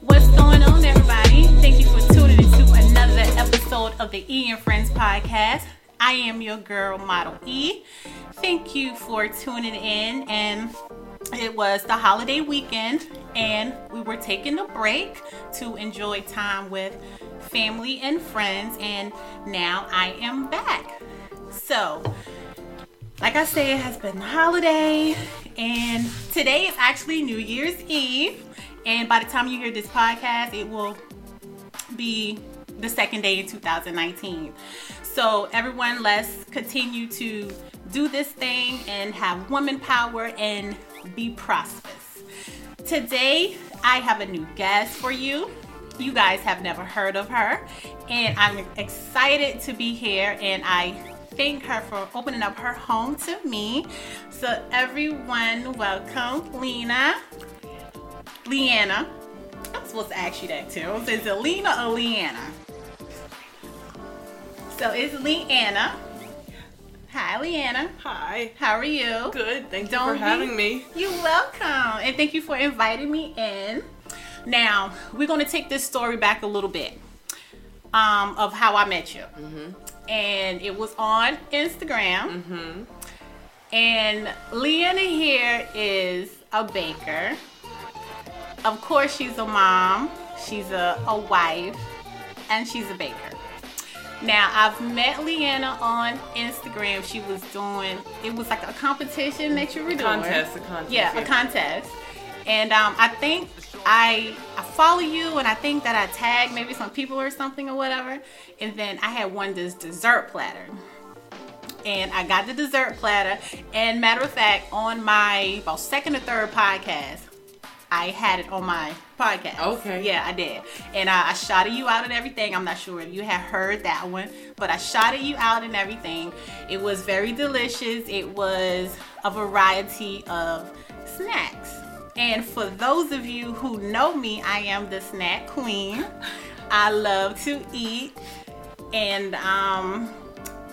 What's going on, everybody? Thank you for tuning into another episode of the E and Friends podcast. I am your girl, Model E. Thank you for tuning in. And it was the holiday weekend, and we were taking a break to enjoy time with family and friends. And now I am back. So, like I say, it has been the holiday, and today is actually New Year's Eve. And by the time you hear this podcast, it will be the second day in 2019. So, everyone, let's continue to do this thing and have woman power and be prosperous. Today, I have a new guest for you. You guys have never heard of her, and I'm excited to be here. And I thank her for opening up her home to me. So, everyone, welcome, Lena. Leanna. I'm supposed to ask you that too. Is it Lena or Leanna? So it's Leanna. Hi, Leanna. Hi. How are you? Good. Thank Don't you for be- having me. You're welcome. And thank you for inviting me in. Now, we're going to take this story back a little bit um, of how I met you. And it was on Instagram. And Leanna here is a baker. Of course, she's a mom, she's a, a wife, and she's a baker. Now I've met Leanna on Instagram. She was doing it was like a competition that you were doing. Contest, a contest, Yeah, a yeah. contest. And um, I think I I follow you, and I think that I tagged maybe some people or something or whatever. And then I had won this dessert platter. And I got the dessert platter. And matter of fact, on my about second or third podcast, I had it on my podcast. Okay. Yeah, I did. And I, I shouted you out and everything. I'm not sure if you had heard that one, but I shouted you out and everything. It was very delicious. It was a variety of snacks. And for those of you who know me, I am the snack queen. I love to eat. And um,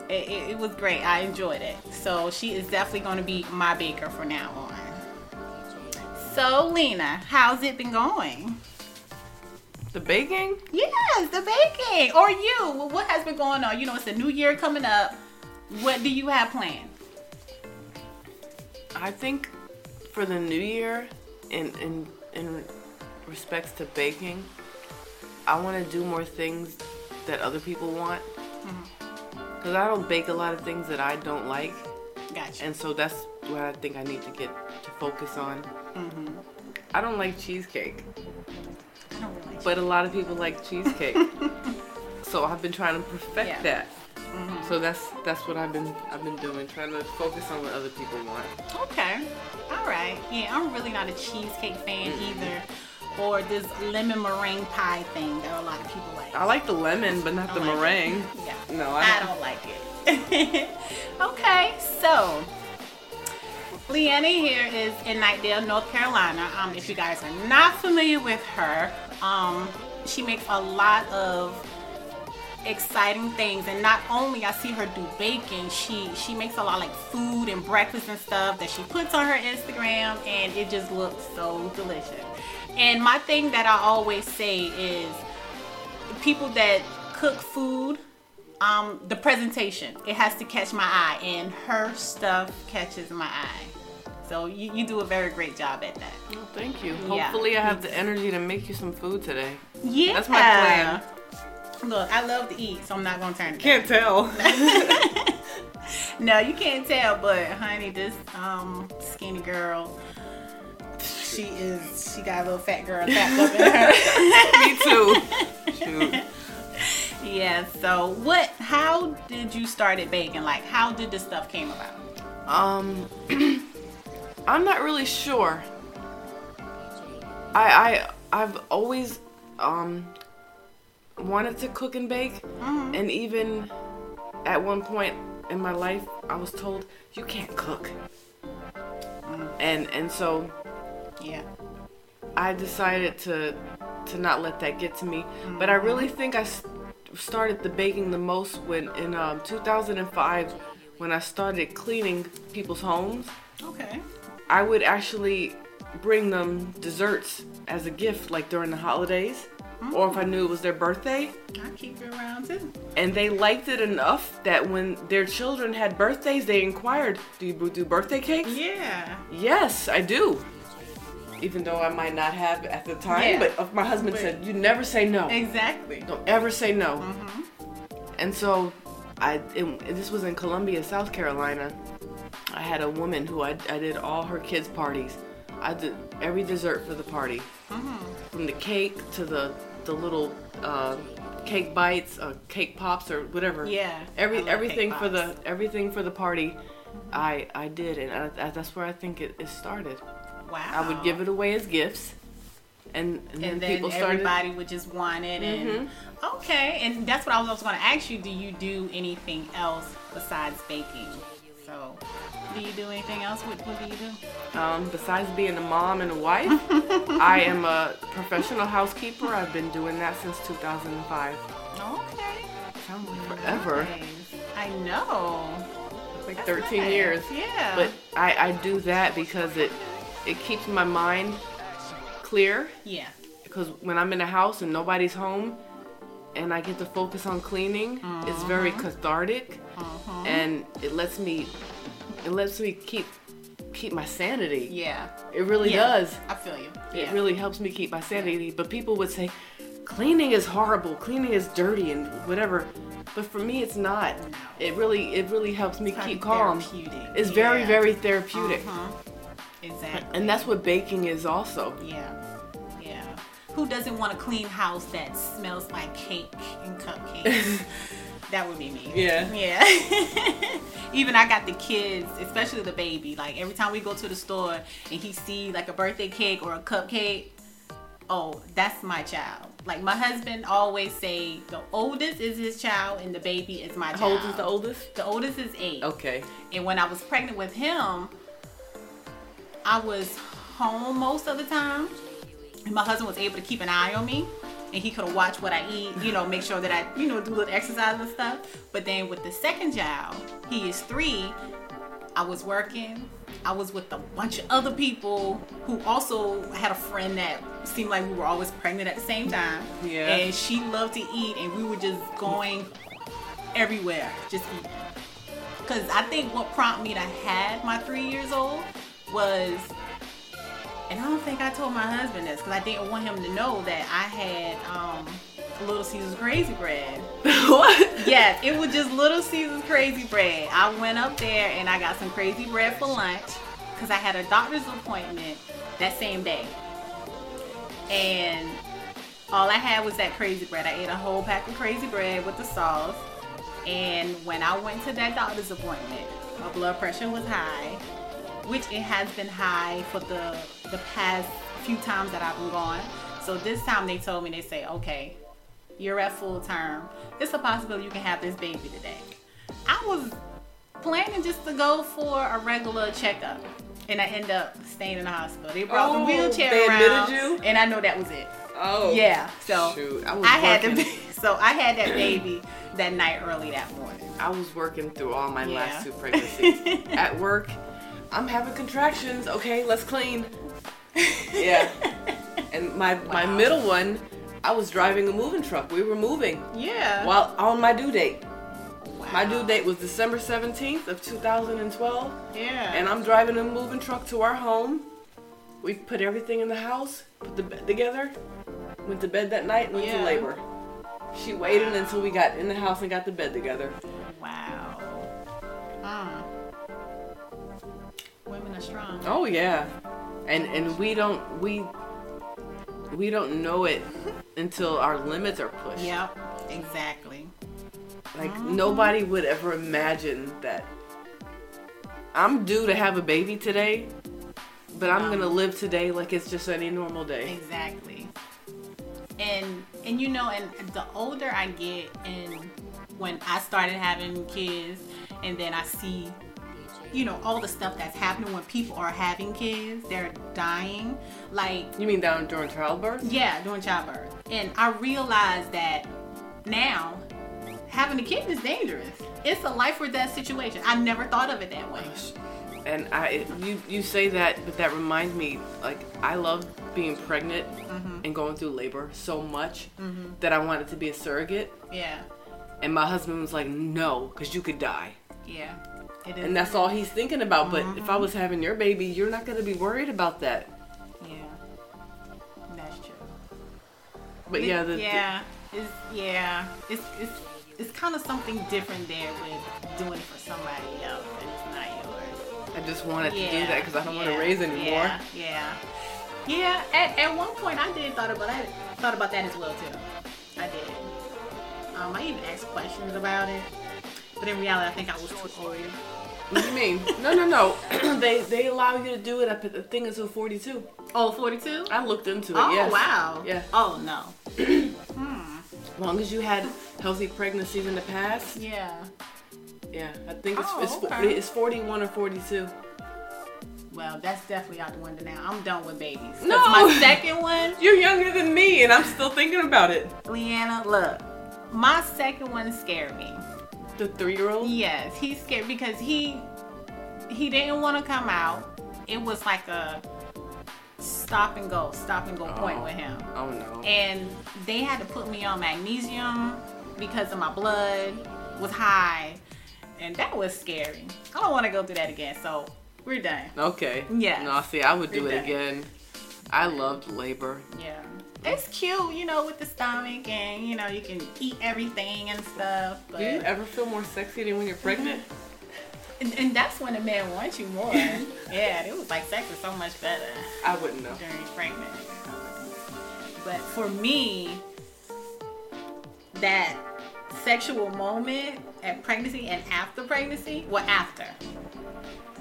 it, it, it was great. I enjoyed it. So she is definitely going to be my baker from now on. So, Lena, how's it been going? The baking? Yes, the baking. Or you. Well, What has been going on? You know, it's a new year coming up. What do you have planned? I think for the new year, in in in respects to baking, I want to do more things that other people want. Mm-hmm. Cause I don't bake a lot of things that I don't like, Gotcha. and so that's what I think I need to get to focus on. Mm-hmm. I don't like cheesecake, I don't really like but a lot of people like cheesecake, so I've been trying to perfect Yeah. Mm-hmm. that. So that's that's what I've been I've been doing, trying to focus on what other people want. Okay. All right. Yeah, I'm really not a cheesecake fan either. Or this lemon meringue pie thing that a lot of people like. I like the lemon, but not I the like it. meringue. Yeah. No, I, I don't like it. okay, so Leanna here is in Nightdale, North Carolina. Um, if you guys are not familiar with her, um, she makes a lot of exciting things and not only I see her do baking, she she makes a lot like food and breakfast and stuff that she puts on her Instagram and it just looks so delicious. And my thing that I always say is people that cook food um the presentation it has to catch my eye and her stuff catches my eye so you, you do a very great job at that Well, thank you. Yeah. Hopefully, I have the energy to make you some food today. yeah That's my plan. look i love to eat so i'm not gonna turn it Can't tell. down. no you can't tell but honey this um skinny girl she is she got a little fat girl tapped up in her Me too. Shoot. yeah so what how did you start at baking like how did this stuff came about Um, I'm not really sure. I I I've always um wanted to cook and bake, and even at one point in my life, I was told you can't cook. and and so Yeah. I decided to to not let that get to me. But I really think I s- started the baking the most when in um, 2005 when I started cleaning people's homes. Okay. I would actually bring them desserts as a gift, like during the holidays, or if I knew it was their birthday. I keep it around too. And they liked it enough that when their children had birthdays, they inquired, "Do you b- do birthday cakes?" Yeah. Yes, I do. Even though I might not have at the time, Yeah. but my husband But- said, "You never say no. Exactly. Don't ever say no." Mm-hmm. And so, I and this was in Columbia, South Carolina. I had a woman who I, I did all her kids' parties. I did every dessert for the party, Mm-hmm. from the cake to the the little uh, cake bites, uh, cake pops, or whatever. Yeah, I Every love everything cake for the pops. everything for the party, I I did, and I, I, that's where I think it, it started. Wow. I would give it away as gifts, and and, and then then people started. Mm-hmm. everybody would just want it and okay and that's what i was also going to ask you do you do anything else besides baking so do you do anything else what, what do you do Um, besides being a mom and a wife, I am a professional housekeeper. I've been doing that since 2005. okay Sounds like forever. Nice. i know It's like That's 13 nice. years. yeah But I, I do that because it it keeps my mind clear. yeah Because when I'm in a house and nobody's home, and I get to focus on cleaning, it's very Mm-hmm. cathartic, and it lets me it lets me keep keep my sanity. yeah It really Yeah. does. i feel you It yeah. really helps me keep my sanity. But people would say, cleaning is horrible, cleaning is dirty, and whatever. But for me, it's not. It really, it really helps me Kinda keep calm. therapeutic. It's very, Yeah. Uh-huh. very therapeutic, exactly and that's what baking is also. yeah yeah who doesn't want a clean house that smells like cake and cupcakes That would be me. Yeah. Yeah. Even I got the kids, especially the baby. Like every time we go to the store and he see like a birthday cake or a cupcake, oh, that's my child. Like my husband always say, the oldest is his child and the baby is my child. How old is the oldest? The oldest is eight. Okay. And when I was pregnant with him, I was home most of the time. And my husband was able to keep an eye on me. And he could have watched what I eat, you know, make sure that I, you know, do little exercise and stuff. But then with the second child, he is three, I was working. I was with a bunch of other people who also had a friend that seemed like we were always pregnant at the same time. Yeah. And she loved to eat, and we were just going everywhere, just eating. Because I think what prompted me to have my three years old was, and I don't think I told my husband this because I didn't want him to know that I had um, Little Caesar's Crazy Bread. what? Yes, it was just Little Caesar's Crazy Bread. I went up there and I got some crazy bread for lunch because I had a doctor's appointment that same day. And all I had was that crazy bread. I ate a whole pack of crazy bread with the sauce. And when I went to that doctor's appointment, my blood pressure was high, which it has been high for the the past few times that I've been gone. So this time they told me they say, okay, you're at full term. It's a possibility you can have this baby today. I was planning just to go for a regular checkup, and I end up staying in the hospital. They brought the Oh, wheelchair they admitted around, you? and I know that was it. Oh. Yeah. So Shoot, I I, was had the working. ba- so I had that baby that night early that morning. I was working through all my Yeah. last two pregnancies. At work, I'm having contractions. Okay, let's clean. Yeah. And my my Wow. middle one, I was driving a moving truck. We were moving Yeah. while on my due date. Wow. My due date was December 17th of 2012, Yeah. and I'm driving a moving truck to our home. We put everything in the house, put the bed together, went to bed that night, and went Yeah. to labor. She waited until we got in the house and got the bed together. wow. Mm. Women are strong. Oh yeah, and and we don't we we don't know it until our limits are pushed. Yep. Exactly. Like nobody would ever imagine that I'm due to have a baby today, but I'm gonna live today like it's just any normal day. Exactly. And and you know, and the older I get, and when I started having kids, and then I see you know, all the stuff that's happening when people are having kids, they're dying. Like, You mean down during childbirth? yeah, during childbirth. And I realized that now having a kid is dangerous. It's a life or death situation. I never thought of it that way. And I, you, you say that, but that reminds me, like I love being pregnant and going through labor so much that I wanted to be a surrogate. Yeah, And my husband was like, "No, because you could die." yeah. It is. And that's all he's thinking about. But if I was having your baby, you're not gonna be worried about that. yeah, that's true. But yeah, the, yeah, it's yeah, it's it's it's kind of something different there with doing it for somebody else and it's not yours. I just wanted to do that because I don't want yeah, to raise anymore. Yeah, yeah, yeah. At, at one point, I did thought about I thought about that as well too. I did. Um, I even asked questions about it, but in reality, I think I was too old. What do you mean? No, no, no. they they allow you to do it. I put the thing until 42. Oh, 42? I looked into it. Oh, yes. wow. Yeah. Oh, no. As long as you had healthy pregnancies in the past. Yeah. Yeah, I think it's Oh, it's, okay. 40, it's 41 or 42. Well, that's definitely out the window now. I'm done with babies. 'Cause No. My second one, You're younger than me, and I'm still thinking about it. Leanna, look, my second one scared me. The three-year-old. Yes, he's scared because he he didn't want to come out. It was like a stop and go, stop and go point with him. Oh no. And they had to put me on magnesium because of my blood was high. And that was scary. I don't want to go through that again. So we're done. okay. Yes. No, see, I would do Read it that. again. I loved labor. Yeah. It's cute, you know, with the stomach and, you know, you can eat everything and stuff. But, Do you ever feel more sexy than when you're pregnant? Mm-hmm. and, and that's when a man wants you more. yeah, it was like sex is so much better. I wouldn't know. during pregnancy. But for me, that sexual moment at pregnancy and after pregnancy, well, after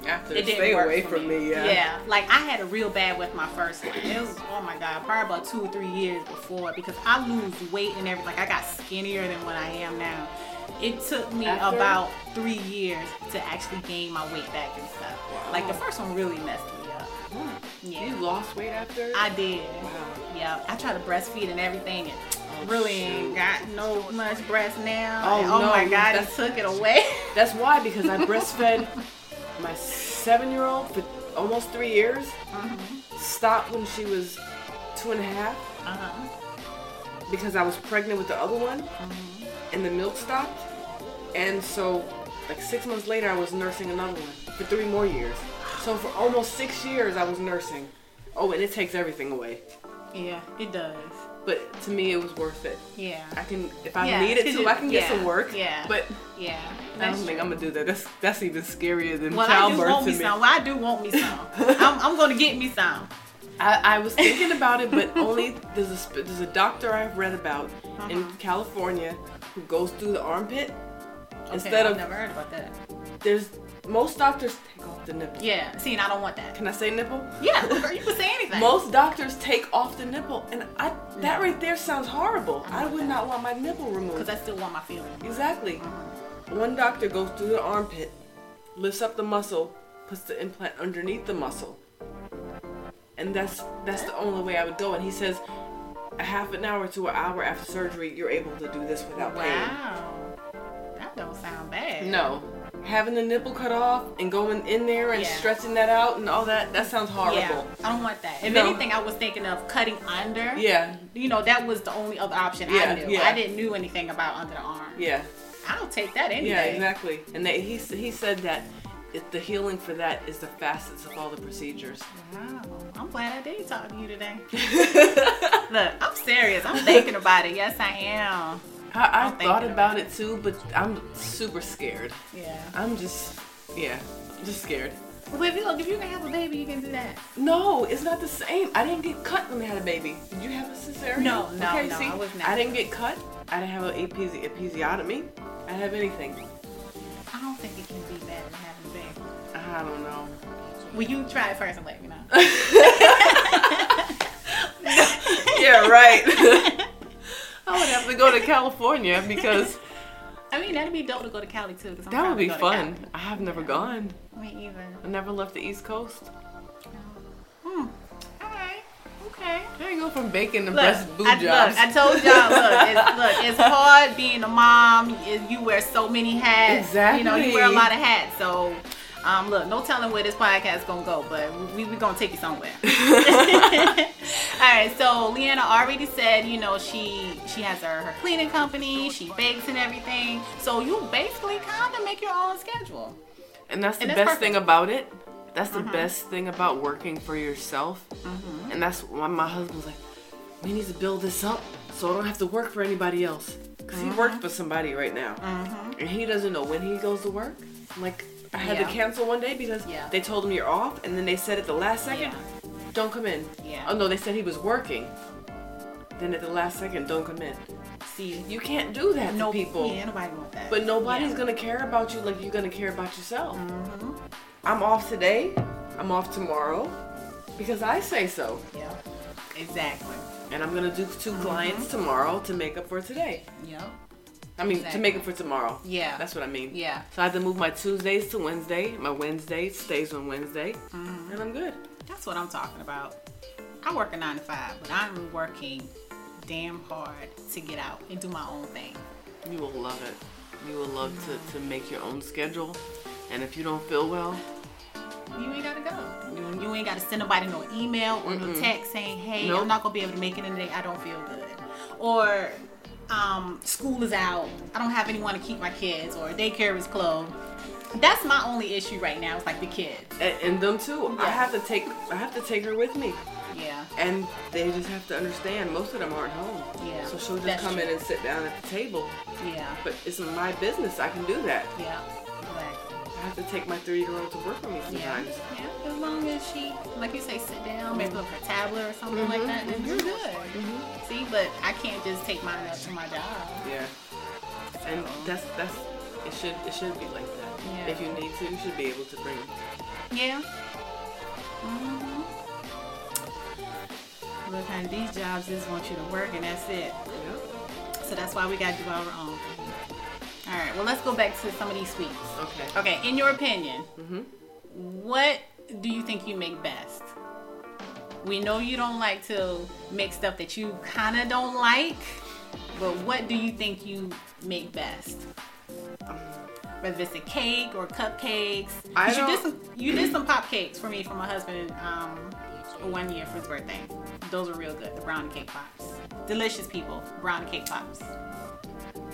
After, it didn't stay work away for from me. Yeah. like I had a real bad with my first one. It was oh my god, probably about two or three years before because I lose weight and everything. Like I got skinnier than what I am now. It took me After? about three years to actually gain my weight back and stuff. Like the first one really messed me up. Yeah. You lost weight after? I did. Wow. Yeah, I tried to breastfeed and everything, and Oh, really shoot. ain't got no much breast now. Oh, And, oh no, my God, that's- he took it away. That's why, because I breastfed my seven year old for almost three years. Uh-huh. Stopped when she was two and a half uh-huh. because I was pregnant with the other one and the milk stopped. And so, like six months later, I was nursing another one for three more years. So, for almost six years, I was nursing. Oh, and it takes everything away. Yeah, it does. But to me, it was worth it. Yeah. I can, if I Yeah, need it could to, you- I can get yeah, some work. yeah. But yeah. I don't That's think I'm gonna do that. That's that's even scarier than well, I do childbirth want to me me. some. Well, I do want me some. I'm, I'm going to get me some. I, I was thinking about it, but only there's a sp- there's a doctor I've read about Uh-huh. in California who goes through the armpit instead okay, of I've never heard about that. there's most doctors take off the nipple. Yeah. See, and I don't want that. Can I say nipple? Yeah, girl, you can say anything. Most doctors take off the nipple, and I that No. right there sounds horrible. I I know would that. not want my nipple removed. Because I still want my feelings. Exactly. One doctor goes through the armpit, lifts up the muscle, puts the implant underneath the muscle. And that's that's the only way I would go. And he says a half an hour to an hour after surgery, you're able to do this without Wow. That don't sound bad. pain. No. Having the nipple cut off and going in there and Yeah. stretching that out and all that, that sounds horrible. Yeah, I don't want that. If No. anything, I was thinking of cutting under. Yeah. You know, that was the only other option Yeah, I knew. yeah. I didn't knew anything about under the arm. Yeah. I'll take that any Yeah, day. exactly. And they, he, s- he said that it, the healing for that is the fastest of all the procedures. Wow. I'm glad I did talk to you today. Look, I'm serious. I'm thinking about it. Yes, I am. I, I I'm thought thinking about about it too, but I'm super scared. Yeah. I'm just, yeah, I'm just scared. Well, if you look, if you can have a baby, you can do that. No, it's not the same. I didn't get cut when I had a baby. Did you have a cesarean? No, no, no, I was not. I didn't get cut. I didn't have an episi- episiotomy. I didn't have anything. I don't think it can be bad than having a baby. I don't know. Well, you try it first and let me know. yeah, right. I would have to go to California because I mean, that'd be dope to go to Cali too. 'cause I'm That trying would to be go to fun. I have never gone. Cali. Me either. I never left the East Coast. Hmm. All right. Okay. There you go from bacon to Look, breast boob I, jobs. look, I told y'all, look, it's, look, it's hard being a mom. It- You wear so many hats. You know, you wear a Exactly. lot of hats. So, um, look, no telling where this podcast gonna go, but we we gonna take you somewhere. All right. So Leanna already said, you know, she she has her her cleaning company. She bakes and everything. So you basically kind of make your own schedule. and that's the and best it's Mm-hmm. thing about it. That's the best thing about working for yourself. And that's why my husband's like, we need to build this up so I don't have to work for anybody else. Because he Mm-hmm. works for somebody right now. And he doesn't know when he goes to work. Like, I had Yeah. to cancel one day because Yeah. they told him you're off, and then they said at the last second, Yeah. don't come in. Yeah. Oh no, they said he was working. Then at the last second, don't come in. See, You can't do that no to people. Yeah, nobody want that. But nobody's Yeah. gonna care about you like you're gonna care about yourself. Mm-hmm. I'm off today. I'm off tomorrow because I say so, Yeah. Exactly. and I'm gonna do 2 clients tomorrow to make up for today. Yep. I mean, to Exactly. make up for tomorrow. Yeah. That's what I mean. Yeah. So I have to move my Tuesdays to Wednesday. My Wednesday stays on Wednesday, and I'm good. That's what I'm talking about. I work a nine to five, but I'm working damn hard to get out and do my own thing. You will love it. You will love to, to make your own schedule. And if you don't feel well, You ain't gotta go. You, you ain't gotta send nobody no email or no text saying, "Hey, Nope. I'm not gonna be able to make it in today. I don't feel good," or um, "School is out. I don't have anyone to keep my kids," or "Daycare is closed." That's my only issue right now. It's like the kids. and, and them too, I Yeah. have to take I have to take her with me. Yeah. And they just have to understand most of them aren't home. Yeah, So she'll just that's come in true. and sit down at the table. Yeah. But it's my business. I can do that. Yeah. Exactly. I have to take my three year old to work with me Yeah, sometimes. yeah. As long as she, like you say, sit down, maybe look for a tablet or something like that, then you're good. See, but I can't just take mine up to my job. Yeah. And that's that's it should it should be like that. Yeah. If you need to, you should be able to bring Yeah. hmm Look, honey, these jobs just want you to work, and that's it. yeah. So that's why we gotta do our own. All right. Well, let's go back to some of these sweets. Okay. Okay, in your opinion, Mm-hmm. what do you think you make best? We know you don't like to make stuff that you kind of don't like, but what do you think you make best? Whether it's a cake or cupcakes, I 'Cause you did don't- some you did some pop cakes for me for my husband um, one year for his birthday. Those were real good, the brown cake pops. Delicious people, brown cake pops.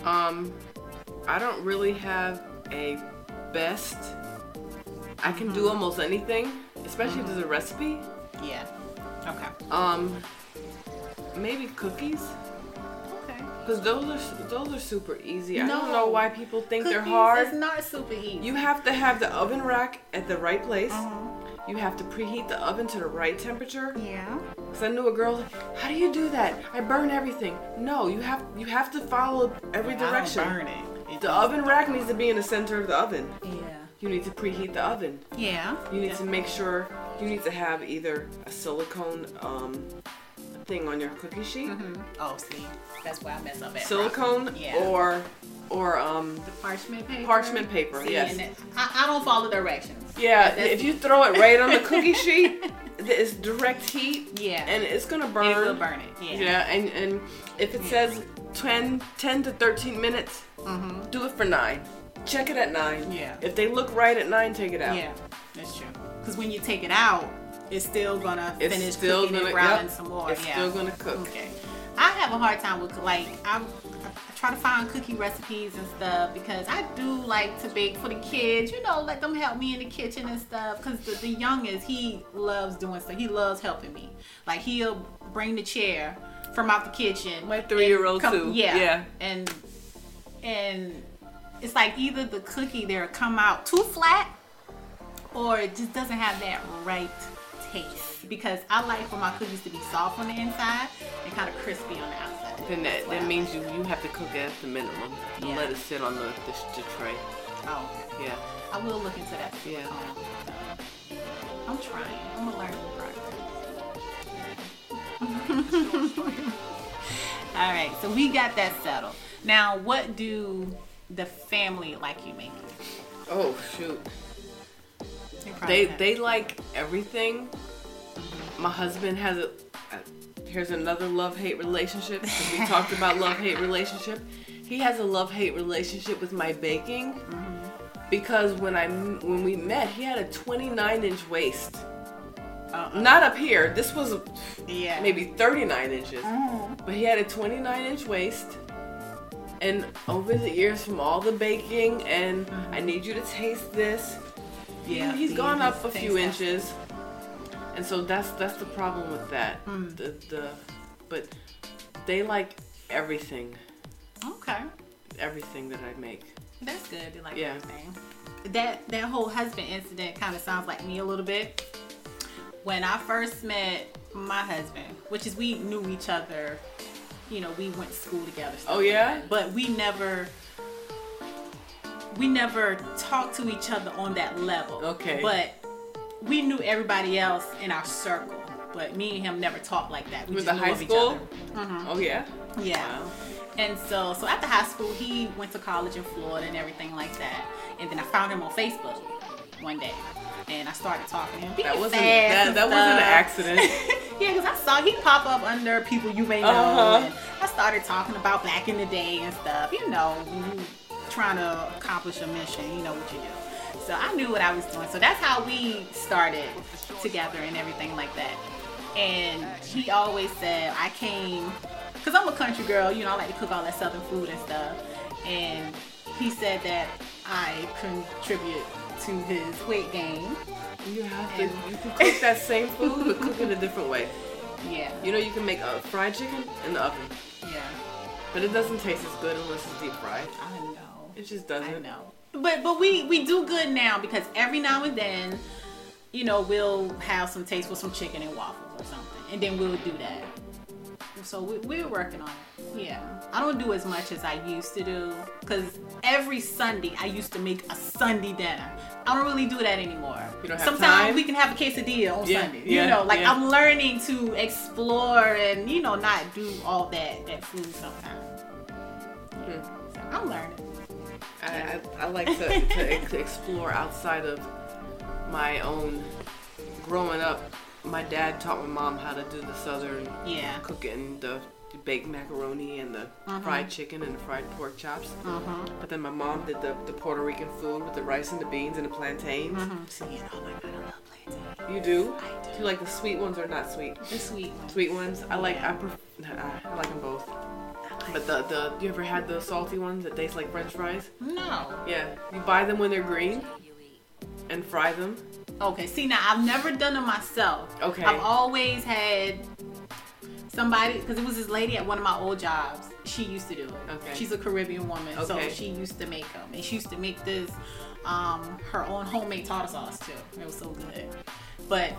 Um, I don't really have a best. I can Mm-hmm. do almost anything, especially if there's a recipe. Yeah. Okay. Um, maybe cookies, Okay. because those are su- those are super easy. I don't No. know why people think they're Cookies is hard. not super easy. You have to have the oven rack at the right place. Mhm. You have to preheat the oven to the right temperature. Yeah. Cause I knew a girl. How do you do that? I burn everything. No, you have you have to follow every direction. burn it. It The just- oven rack needs to be in the center of the oven. Yeah. You need to preheat the oven. Yeah. You need to make sure you need to have either a silicone um, thing on your cookie sheet, Oh, see, that's why I mess up at. silicone Yeah. or or um, the parchment paper. parchment paper. See, yes. and it- I, I don't follow directions. yeah. that's- If you throw it right on the cookie sheet, th- it's direct heat. Yeah. And it's gonna burn. It will burn it. Yeah. Yeah. and and if it says 10, 10 to thirteen minutes, do it for nine. Check it at nine. Mm-hmm. Yeah. If they look right at nine, take it out. Yeah, that's true. Because when you take it out, it's still gonna It's finish still cooking gonna and browning yep, some more. It's yeah. still gonna cook. Okay. I have a hard time with like I, I try to find cookie recipes and stuff because I do like to bake for the kids. You know, let them help me in the kitchen and stuff. Because the, the youngest, he loves doing stuff. He loves helping me. Like he'll bring the chair from out the kitchen. My three-year-old, Come- too. Yeah. Yeah. And and it's like either the cookie there come out too flat or it just doesn't have that right taste. Because I like for my cookies to be soft on the inside and kind of crispy on the outside. Then That's that, what I that means you, you have to cook it at the minimum. Don't Yeah. let it sit on the, the, sh- the tray. like. Oh, okay. Yeah. I will look into that. see what's Yeah. going on. I'm trying. I'm gonna learn from progress. All right, so we got that settled. Now, what do the family like you make it. Oh shoot. They probably They have- they like everything. My husband has a. uh, Here's another love hate relationship. 'cause We talked about love hate relationship. He has a love hate relationship with my baking because when I m- when we met, he had a 29 inch waist. Uh-uh. Not up here. This was yeah maybe 39 inches. Mm. But he had a 29 inch waist. And over the years, from all the baking, and I need you to taste this. Yeah, he's see, gone these up a things few have- inches. And so that's that's the problem with that. Hmm. The, the but they like everything, Okay, everything that I make. that's good. They like Yeah. everything. That that whole husband incident kind of sounds like me a little bit. When I first met my husband, which is we knew each other, you know, we went to school together. stuff Oh, like yeah? that. but we never. We never talked to each other on that level. Okay. But we knew everybody else in our circle. But me and him never talked like that. We With just the knew high of each school? other. Mm-hmm. Oh yeah. Yeah. Wow. And so, so after high school, he went to college in Florida and everything like that. And then I found him on Facebook one day, and I started talking to him. That Fast wasn't that, and that wasn't an stuff. accident. yeah, because I saw he pop up under people you may know. Uh-huh. And I started talking about back in the day and stuff. You know, when you trying to accomplish a mission, you know what you do. So I knew what I was doing. So that's how we started together and everything like that. And he always said I came because I'm a country girl. You know, I like to cook all that southern food and stuff. And he said that I contribute to his weight gain. You have to. You can cook that same food, but cook it a different way. Yeah, You know, you can make a fried chicken in the oven, yeah. but it doesn't taste as good unless it's deep fried. I know. It just doesn't. I know. But but we we do good now because every now and then, you know, we'll have some taste with some chicken and waffles or something, and then we'll do that. So we, we're working on it. Yeah, I don't do as much as I used to do because every Sunday I used to make a Sunday dinner. I don't really do that anymore. You don't have Sometimes time? we can have a quesadilla on Yeah, Sunday. yeah, you know, like yeah. I'm learning to explore and you know not do all that that food sometimes. Yeah. Hmm. So I'm learning. I, I, I like to, to ex- explore outside of my own. Growing up, my dad taught my mom how to do the southern Yeah. cooking, the baked macaroni and the fried chicken and the fried pork chops. But then my mom did the, the Puerto Rican food with the rice and the beans and the plantains. So, yeah, oh my god, I love plantain. You do? I do. you like the sweet ones or not sweet? The sweet one. Sweet ones. I like. I, pref- I like them both. But the the you ever had the salty ones that taste like French fries? No. Yeah. You buy them when they're green and fry them. Okay, see now I've never done it myself. Okay. I've always had somebody because it was this lady at one of my old jobs. She used to do it. Okay. She's a Caribbean woman, so Okay. she used to make them, and she used to make this um, her own homemade tartar sauce too. It was so good. But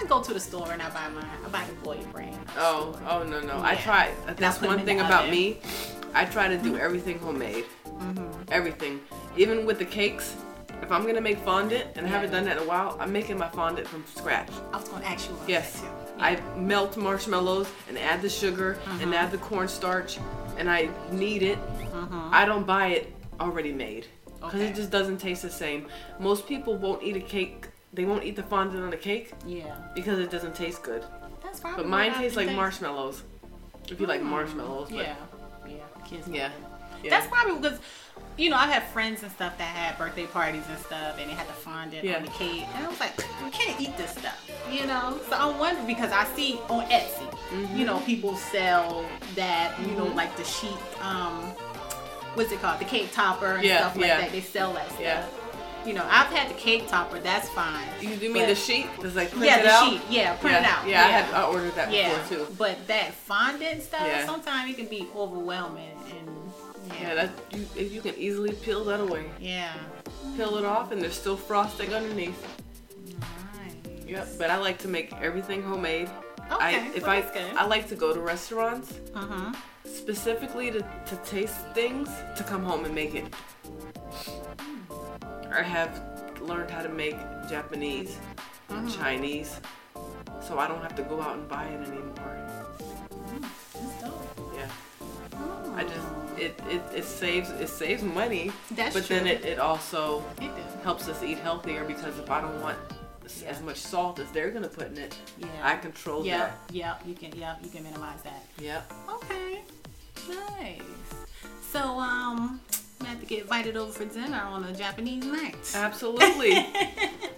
I go to the store and I buy mine. I buy the Goya brand. Oh oh no no. I Yeah. try. That's put 'em one in thing the about oven. Mm-hmm. me. I try to do everything homemade. Everything, even with the cakes. If I'm gonna make fondant and I haven't Yeah. done that in a while, I'm making my fondant from scratch. I was gonna ask you about Yes. that too. I melt marshmallows and add the sugar Mm-hmm. and add the cornstarch and I knead it. I don't buy it already made because Mm-hmm. Okay. it just doesn't taste the same. Most people won't eat a cake. They won't eat the fondant on a cake Yeah. because it doesn't taste good. That's probably But mine what I tastes like think. marshmallows. If you like marshmallows, but Yeah. Yeah. Kids. yeah. yeah. That's probably because, you know, I had friends and stuff that had birthday parties and stuff, and they had the fondant Yeah. on the cake, and I was like, we can't eat this stuff, you know. So I'm wondering because I see on Etsy, Mm-hmm. you know, people sell that, you know, like the sheet, um, what's it called, the cake topper and Yeah, stuff like yeah. that. They sell that stuff. Yeah. You know, I've had the cake topper. That's fine. you do mean but- the sheet? Does like print Yeah, it the out? sheet. Yeah, print yeah. it out. Yeah, I had I ordered that Yeah, before too. but that fondant stuff Yeah. sometimes it can be overwhelming and Yeah, that you you can easily peel that away. yeah. Peel it off, and there's still frosting underneath. Nice. Yep, but I like to make everything homemade. I, Okay, if well, I, that's good. I like to go to restaurants Uh-huh. specifically to, to taste things to come home and make it. I have learned how to make Japanese and Mm-hmm. Chinese, so I don't have to go out and buy it anymore. That's dope. Yeah, Mm. I just it, it, it, it saves it saves money. That's but true. then it, it also It do. helps us eat healthier because if I don't want s- Yeah. as much salt as they're gonna put in it, Yeah. I control Yep. Yep. You can. Yep. You can minimize that. that. Yep. Okay. Nice. So um, I have to get invited over for dinner on a Japanese night. Uh, Absolutely.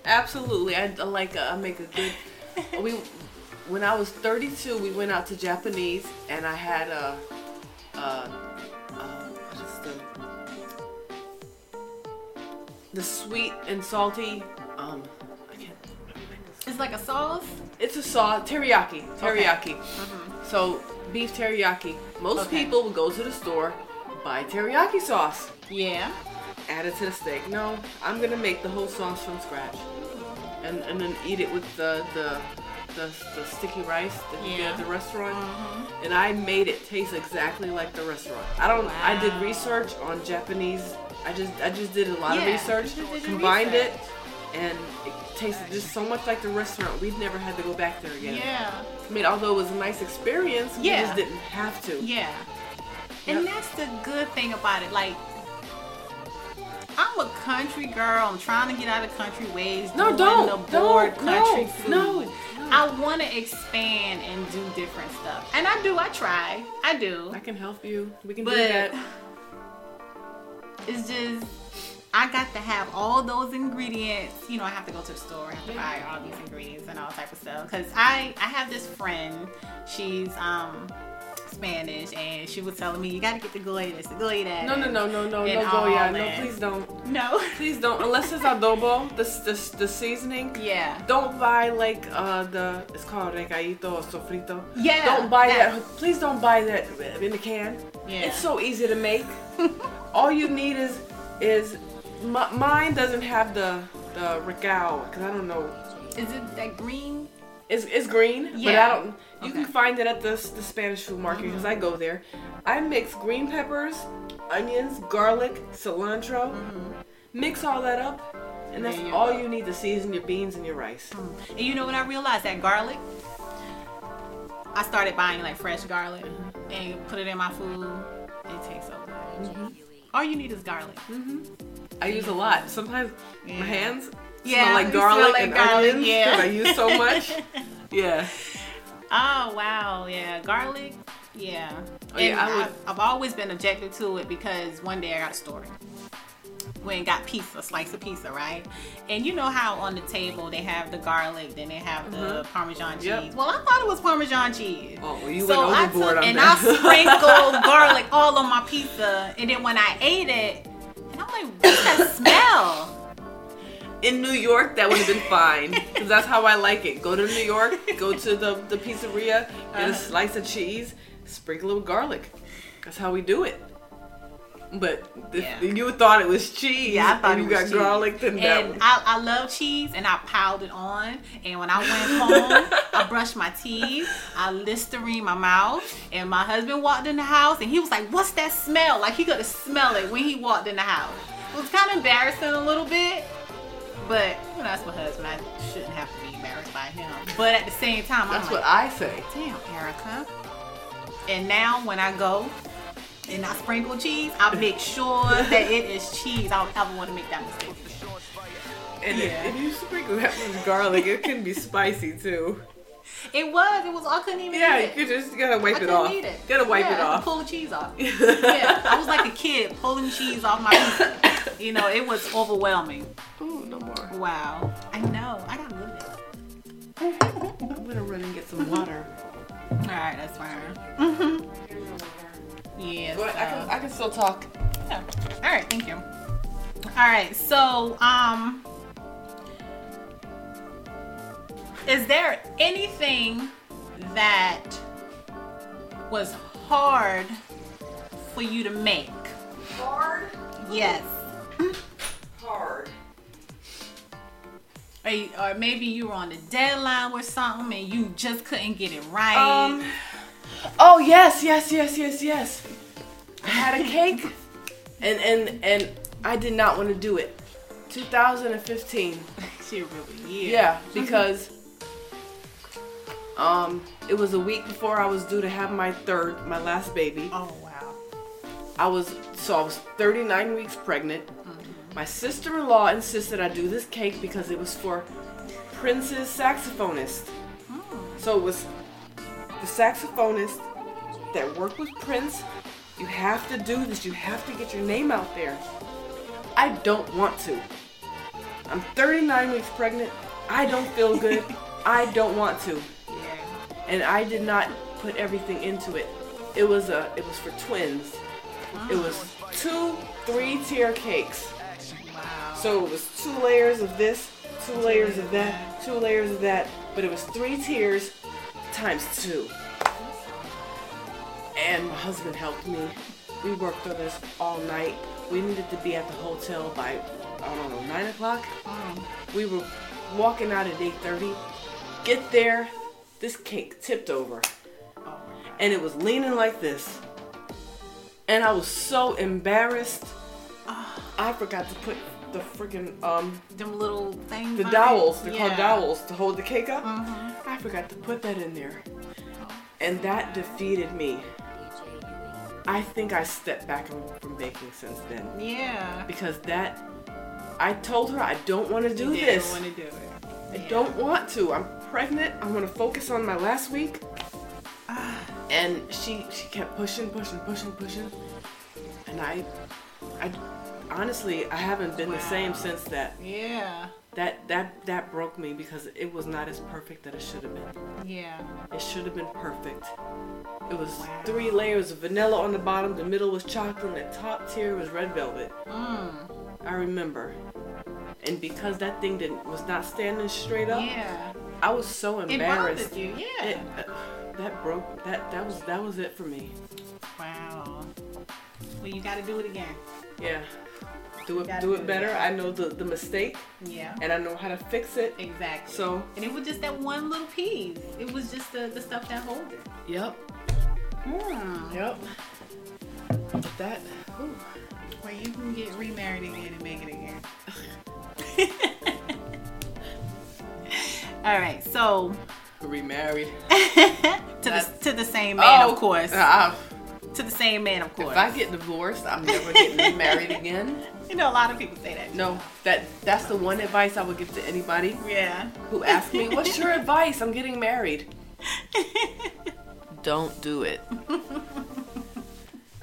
Absolutely. I, I like a, I make a good. We when I was 32, we went out to Japanese, and I had a, a, a what is the the sweet and salty. Um, I can't. it's like a sauce. It's a sauce teriyaki. Teriyaki. So beef teriyaki. Most Okay. people will go to the store, buy teriyaki sauce, Yeah. add it to the steak. No, I'm gonna make the whole sauce from scratch, and and then eat it with the the the, the sticky rice that you get Yeah. Uh-huh. at the restaurant. And I made it taste exactly like the restaurant. I don't. I did Wow. research on Japanese. I just I just did a lot Yeah, of you research, just did your combined research. it, and it tasted just so much like the restaurant. We'd never had to go back there again. Yeah. I mean, although it was a nice experience, we Yeah. just didn't have to. Yeah. And Yep. that's the good thing about it. Like, I'm a country girl. I'm trying to get out of country ways. No, doing don't. The Don't. bored No. country food. No. No. I want to expand and do different stuff. And I do. I try. I do. I can help you. We can but do that. it's just I got to have all those ingredients. You know, I have to go to the store, I have to buy all these ingredients and all type of stuff. Cause I I have this friend, she's um Spanish, and she was telling me you got to get the goyadas, the goyadas. No, no, no, no, no, and no, all Goya. No, that. please don't. no. Please don't. Unless it's adobo, the, the, the seasoning. yeah. Don't buy like uh the it's called recaito or sofrito. Yeah, Don't buy that. that. Please don't buy that in the can. Yeah. It's so easy to make. All you need is is mi- mine doesn't have the the recao because I don't know. Is it that green? It's, it's green, but Yeah. I don't. You Okay. can Mm-hmm. find it at the the Spanish food market because I go there. I mix green peppers, onions, garlic, cilantro. Mix all that up, and that's Mm-hmm. There you all go. you need to season your beans and your rice. Mm. And you know what I realized? That garlic. I started buying like fresh garlic Mm-hmm. and put it in my food. It tastes so good. All you need is garlic. I use a lot. Sometimes Yeah. my hands Yeah, smell you like garlic smell like and garlic, onions yeah. 'cause I use so much. yeah. Oh wow, yeah, garlic, yeah. Oh, yeah, And I would- I've, I've always been objective to it because one day I got a story. When got pizza, slice of pizza, right? And you know how on the table they have the garlic, then they have the Parmesan cheese. Mm-hmm. Yep. Well, I thought it was Parmesan cheese. Oh, well, you so went I overboard took on and that. I sprinkled garlic all on my pizza, and then when I ate it, and I'm like, what's that smell? In New York, that would have been fine because that's how I like it. Go to New York, go to the the pizzeria, get Uh-huh. a slice of cheese, sprinkle it with garlic. That's how we do it. But the, Yeah. you thought it was cheese. Yeah, I thought and it you was got cheese. garlic. Then that And was- I, I love cheese, and I piled it on. And when I went home, I brushed my teeth, I listerine my mouth, and my husband walked in the house, and he was like, "What's that smell?" Like he could smell it when he walked in the house. It was kind of embarrassing a little bit, but you know that's my husband. I shouldn't have to be embarrassed by him. But at the same time, that's I'm what like, I say. Damn, Erica. And now when I go and I sprinkle cheese, I make sure that it is cheese. I don't ever want to make that mistake again. And if- Yeah. if you sprinkle that with garlic, it can be spicy too. It was. It was. I couldn't even Yeah, eat it. you just you gotta I wipe it couldn't off. eat it. Gotta wipe Yeah, it I had to off. Pull the cheese off. yeah, I was like a kid pulling cheese off my pizza. You know, it was overwhelming. Ooh, no more. Wow. I know. I gotta move it. I'm gonna run and get some water. All right, that's fine. Yeah. But I so- can, I can still talk. Yeah. All right. Thank you. All right. So, um, is there anything that was hard for you to make? Hard, Yes. hard. Or, you- or maybe you were on the deadline with something and you just couldn't get it right. Um. Oh yes, yes, yes, yes, yes. I had a cake, and and and I did not want to do it. 2015. she really is. Yeah, because um, it was a week before I was due to have my third, my last baby. Oh wow. I was so I was 39 weeks pregnant. My sister-in-law insisted I do this cake because it was for Prince's saxophonist. So it was the saxophonist that worked with Prince. You have to do this. You have to get your name out there. I don't want to. I'm 39 weeks pregnant. I don't feel good. I don't want to. Yeah. And I did not put everything into it. It was a it was for twins. It was two three tier cakes. Wow. So it was two layers of this, two layers of that, two layers of that, but it was three tiers times two. And my husband helped me. We worked on this all night. We needed to be at the hotel by I don't know nine o'clock. Mm. We were walking out at 8:30. Get there, this cake tipped over, Oh my God. and it was leaning like this. And I was so embarrassed. I forgot to put the freaking um Them little things. the on it. dowels. They're Yeah. Mm-hmm. called dowels to hold the cake up. I forgot to put that in there, and that defeated me. I think I stepped back on- from baking since then Yeah. because that. I told her I don't want to do Didn't this. wanna do it. I Yeah. don't want to. I'm pregnant. I want to focus on my last week. Ah, And she she kept pushing, pushing, pushing, pushing. And I I honestly I haven't been the same Wow. since that. Yeah. That that that broke me because it was not as perfect that it should have been. Yeah. It should have been perfect. It was Wow. three layers of vanilla on the bottom, the middle was chocolate, and the top tier was red velvet. Mm. I remember. And because that thing didn't was not standing straight up, Yeah. I was so It embarrassed. bothered you. Yeah. It, uh, that broke. That that was that was it for me. Wow. Well, you got to do it again. Yeah. Do it. gotta Do do it it. better. I know the the mistake, Yeah. and I know how to fix it. Exactly. So. And it was just that one little piece. It was just the, the stuff that holds it. Yep. Hmm. Yep. But that. ooh, Where you can get remarried again and make it again. All right. So remarried. to the to the same man, of course. uh, to the same man, of course. if I get divorced, I'm never getting married again. you know, a lot of people say that. No. That that's the one advice I would give to anybody Yeah. who asks me, "What's your advice? I'm getting married." Don't do it.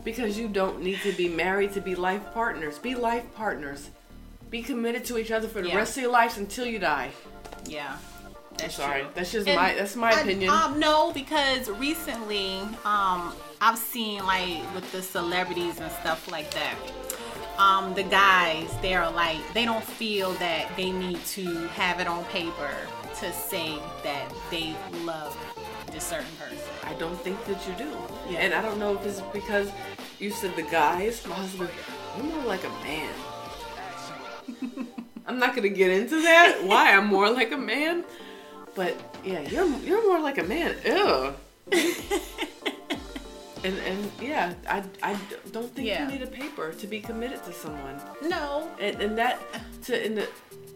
Because you don't need to be married to be life partners. Be life partners. Be committed to each other for the Yeah. rest of your lives until you die. yeah. That's Sorry, true. that's just And my that's my I- opinion. um, no, because recently, um, I've seen like with the celebrities and stuff like that. Um, the guys, they're like they don't feel that they need to have it on paper to say that they love this certain person. I don't think that you do. Yeah. And I don't know if it's because you said the guys. My husband, you're more like a man. I'm not gonna get into that. Why I'm more like a man, but yeah, you're you're more like a man. Ew. and and yeah, I, I don't think Yeah. you need a paper to be committed to someone. No. And and that to in the,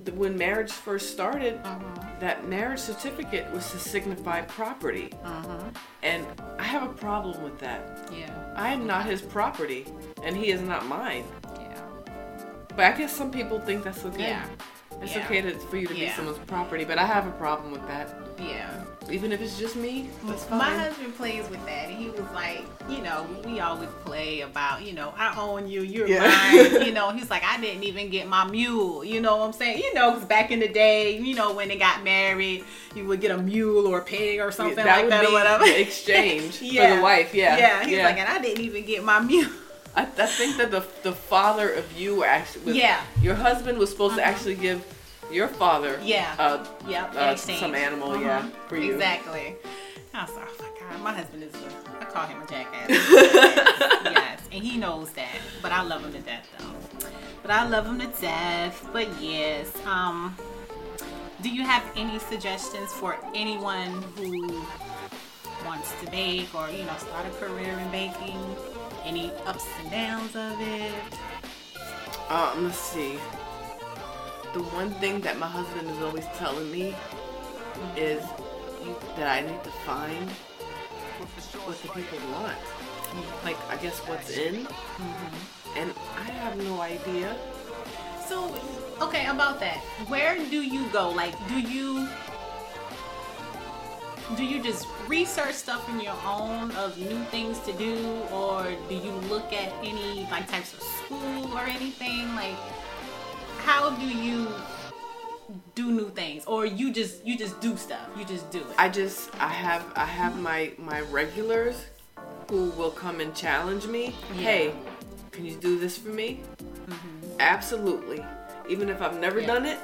the when marriage first started, Uh-huh. that marriage certificate was to signify property. Uh-huh. And I have a problem with that. Yeah. I am not his property, and he is not mine. Yeah. But I guess some people think that's okay. Yeah. It's Yeah. okay to, for you to be Yeah. someone's property, but I have a problem with that. Yeah. Even if it's just me, that's fine. My husband plays with that, and he was like, you know, we always play about, you know, I own you, you're Yeah. mine. You know, he's like, I didn't even get my mule. You know what I'm saying? You know, 'cause back in the day, you know, when they got married, you would get a mule or a pig or something that like would that be or whatever. the exchange for the wife. Yeah, Yeah. He's like, and I didn't even get my mule. I, I think that the the father of you actually was, Yeah. Uh-huh. your husband was supposed to actually give your father Yeah. uh, Yep. uh, exchange. some animal yeah for you Exactly. I was like, oh my god, my husband is a, I call him a jackass. yes, and he knows that, but I love him to death though. But I love him to death. But yes, um, do you have any suggestions for anyone who wants to bake or you know start a career in baking? Any ups and downs of it? Um, let's see. The one thing that my husband is always telling me is you, that I need to find what the people want. Mm-hmm. like I guess what's in, and I have no idea. So, okay, about that. Where do you go? Like, do you do you just research stuff on your own of new things to do, or do you look at any like types of school or anything? Like, how do you do new things, or you just you just do stuff? You just do it. I just I have I have my my regulars who will come and challenge me. Yeah. Mm-hmm. Hey, can you do this for me? Absolutely. Even if I've never Yeah. done it,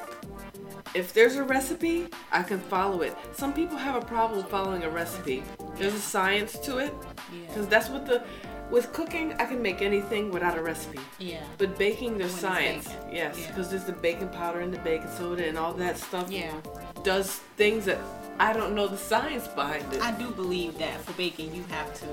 if there's a recipe, I can follow it. Some people have a problem following a recipe. There's a science to it. Yeah. Cuz that's what the with cooking, I can make anything without a recipe. yeah. But baking, there's When it's science. baked. Yes, Yeah. because there's the baking powder and the baking soda and all that stuff. Yeah. Does things that I don't know the science behind it. I do believe that for baking, you have to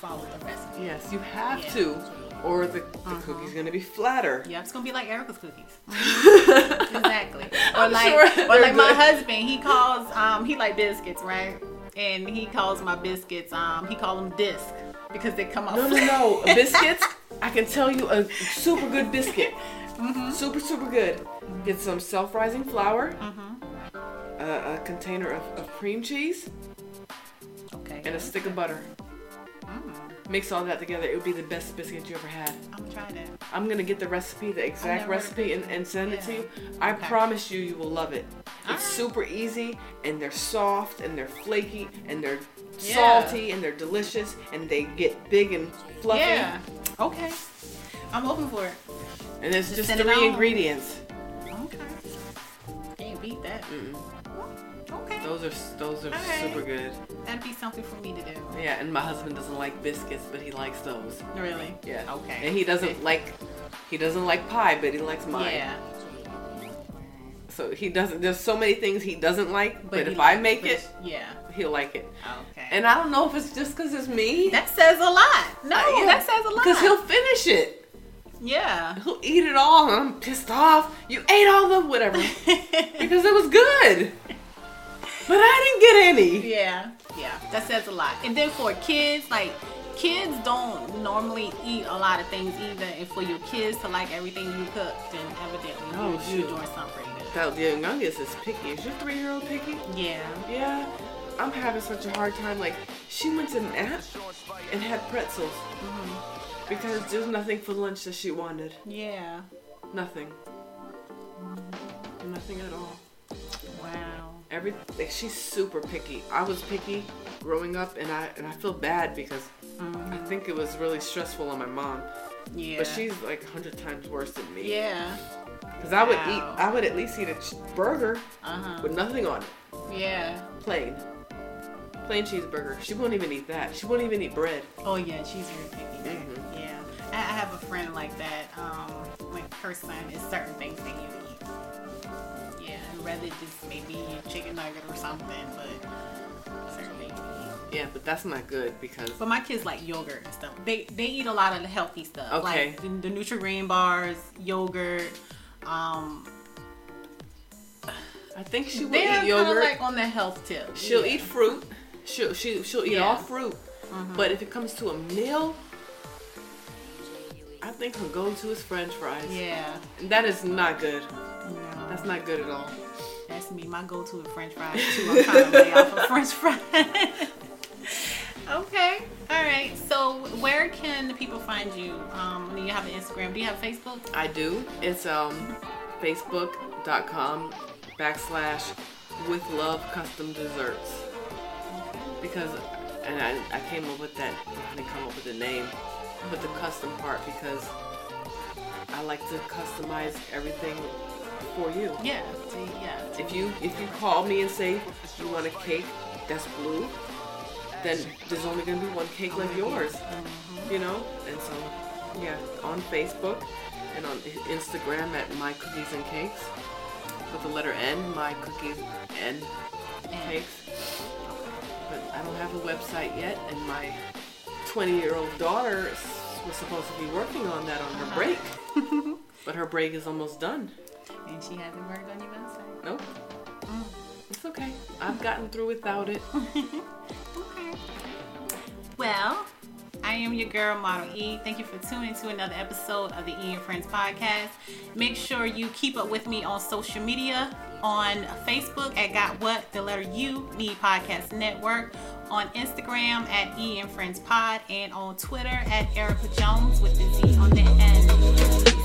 follow the recipe. yes, you have Yeah. Uh-huh. to, or the, the cookie's gonna be flatter. Yeah, it's gonna be like Erica's cookies. exactly. Or I'm like, sure or they're like my good. husband, he calls um he like biscuits, right? And he calls my biscuits um he call them disc because they come off. No, no, no. Biscuits. I can tell you a super good biscuit. Mm-hmm. Super, super good. Get some self-rising flour, Mm-hmm. a, a container of, of cream cheese, okay. Mm, and a stick of butter. Mix all that together. It would be the best biscuit you ever had. I'm trying to. I'm gonna get the recipe, the exact never- recipe, and, and send it to Yeah. you. I Okay. promise you, you will love it. It's Alright. super easy, and they're soft, and they're flaky, and they're Yeah. salty, and they're delicious, and they get big and fluffy. Yeah. Okay. I'm open for it. And it's Just just, send it three on. ingredients. Okay. Can't beat that. Okay. Those are s- those are Alright. super good. That'd be something for me to do. Yeah, and my husband doesn't like biscuits, but he likes those. Really? Yeah. Okay. And he doesn't Okay. like he doesn't like pie, but he likes mine. Yeah. So he doesn't. There's so many things he doesn't like, but, he if like- I make but it, Yeah. he'll like it. Okay. And I don't know if it's just because it's me. that says a lot. No, Uh, yeah. that says a lot. Because he'll finish it. Yeah. He'll eat it all, and I'm pissed off. You ate all of whatever. because it was good. But I didn't get any. yeah. Yeah. That says a lot. And then for kids, like kids don't normally eat a lot of things either. And for your kids to like everything you cook, then evidently Oh, you, you're shoot. doing something pretty good. Now, the youngest is picky. Is your three year old picky? Yeah. Yeah. I'm having such a hard time. Like, she went to nap and had pretzels. Mm-hmm. Because there's nothing for lunch that she wanted. Yeah. Nothing. Nothing at all. Wow. every like, she's super picky. I was picky growing up, and I and I feel bad because I think it was really stressful on my mom. Mm, Yeah. But she's like a hundred times worse than me. Yeah. Because I would Wow. eat, I would at least eat a ch- burger Uh huh. with nothing on it, Yeah. plain, plain cheeseburger. She won't even eat that. She won't even eat bread. Oh yeah, she's very picky. there. Mm-hmm. Yeah, I, I have a friend like that. Um, like her son is certain things that you eat. Yeah, and rather just maybe a chicken nugget or something, but certain things. you eat. Yeah, but that's not good because But my kids like yogurt and stuff. They they eat a lot of the healthy stuff, Okay. like the, the Nutri-Grain bars, yogurt. Um, I think she will they're eat kind of yogurt. like on the health tip. she'll Yeah. eat fruit. She'll she, she'll eat Yeah. all Uh-huh. fruit. But if it comes to a meal, I think her go-to is French fries. Yeah, That is not good. no. That's not good at all. That's me. My go-to is French fries too. I'm kind of lay off of French fries. okay. All right. So where can the people find you? Um, do you have an Instagram? Do you have Facebook? I do. It's um facebook.com backslash with love custom desserts. Because and I, I came up with that I didn't come up with the name, but the custom part because I like to customize everything for you. Yeah. do- Yeah. If you if you call me and say you want a cake that's blue, then there's only gonna be one cake like yours. You know? And so yeah, on Facebook and on I- Instagram at my cookies and cakes. With the letter N, my cookies and And- cakes. But I don't have a website yet and my twenty year old daughter s- was supposed to be working on that on her break. but her break is almost done. And she hasn't worked on your website. Nope. Oh, It's okay. I've gotten through without it. Okay. Well, I am your girl, Model E. Thank you for tuning to another episode of the E and Friends podcast. Make sure you keep up with me on social media on Facebook at Got What, the letter U, Need Podcast Network, on Instagram at E and Friends Pod, and on Twitter at Erica Jones with the Z on the end.